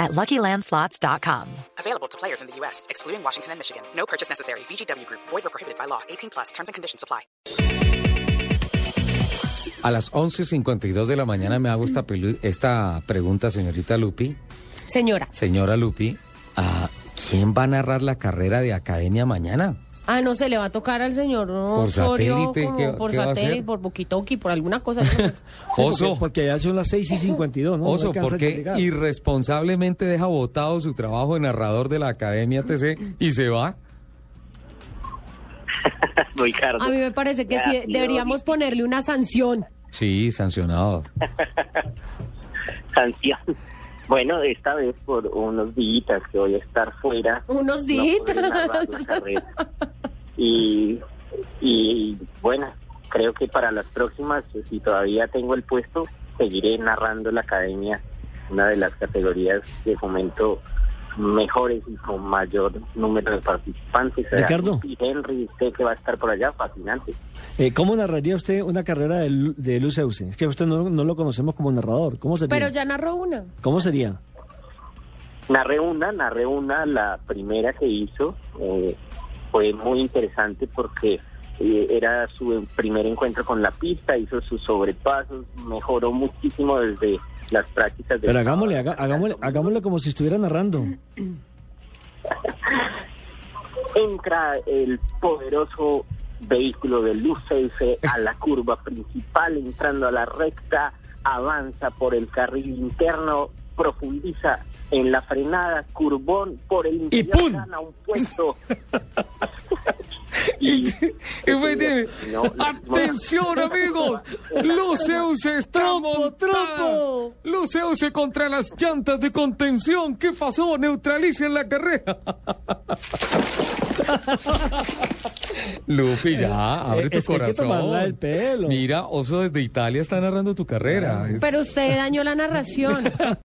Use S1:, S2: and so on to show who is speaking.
S1: at luckylandslots.com.
S2: Available to players in the U.S., excluding Washington and Michigan. No purchase necessary. VGW Group, void or prohibited by law. 18 plus terms and conditions apply.
S3: A las 11.52 de la mañana me hago esta, pelu- esta pregunta, señorita Lupi.
S4: Señora.
S3: Señora Lupi, ¿a quién va a narrar la carrera de academia mañana?
S4: Ah, no se le va a tocar al señor
S3: Por
S4: Osorio
S3: satélite,
S4: como
S3: ¿qué-
S4: por
S3: qué va a hacer?
S4: satélite, por Bukitoki, por alguna cosa. yo no sé.
S3: Oso,
S5: Porque ya son las 6 y 52, ¿no?
S3: oso,
S5: porque
S3: porque irresponsablemente deja botado su trabajo de narrador de la academia TC y se va.
S6: Ricardo.
S4: a mí me parece que
S6: Ya,
S4: sí,
S6: tío,
S4: deberíamos ponerle una sanción.
S3: Sí, sancionado.
S6: Sanción. Bueno, esta vez por unos días que voy a estar fuera.
S4: Unos
S6: no
S4: días.
S6: podré narrar la carrera. y, y bueno, creo que para las próximas, si todavía tengo el puesto, seguiré narrando la academia, una de las categorías de fomento mejores y con mayor número de participantes. Será
S5: Ricardo.
S6: Y Henry, sé que va a estar por allá, fascinante.
S5: Eh, ¿Cómo narraría usted una carrera de, Lu- de Luz Eusen? Es que usted no, no lo conocemos como narrador. ¿Cómo sería?
S4: Pero ya narró una.
S5: ¿Cómo sería?
S6: Narré una, narré una, la primera que hizo eh, fue muy interesante porque eh, era su primer encuentro con la pista, hizo sus sobrepasos, mejoró muchísimo desde las prácticas. del
S5: Pero hagámosle, haga-
S6: sábado.
S5: hagámosle, hagámosle como si estuviera narrando.
S6: Entra el poderoso vehículo de luz a la curva principal, entrando a la recta, avanza por el carril interno, profundiza en la frenada, curbón por el interior,
S3: ¡pum!
S6: gana un puesto.
S3: Y-
S6: Y-
S3: y fue de-
S6: No, no.
S3: ¡Atención, amigos! Luceus es tramo, tramo.
S4: Trapo.
S3: Luceus contra las llantas de contención. ¿Qué pasó? Neutralicen la carrera. Lupi, ya, abre
S5: Eh,
S3: tu
S5: es que hay que
S3: corazón.
S5: tomarla del pelo.
S3: Mira, Oso desde Italia está narrando tu carrera. Es-
S4: Pero usted dañó la narración.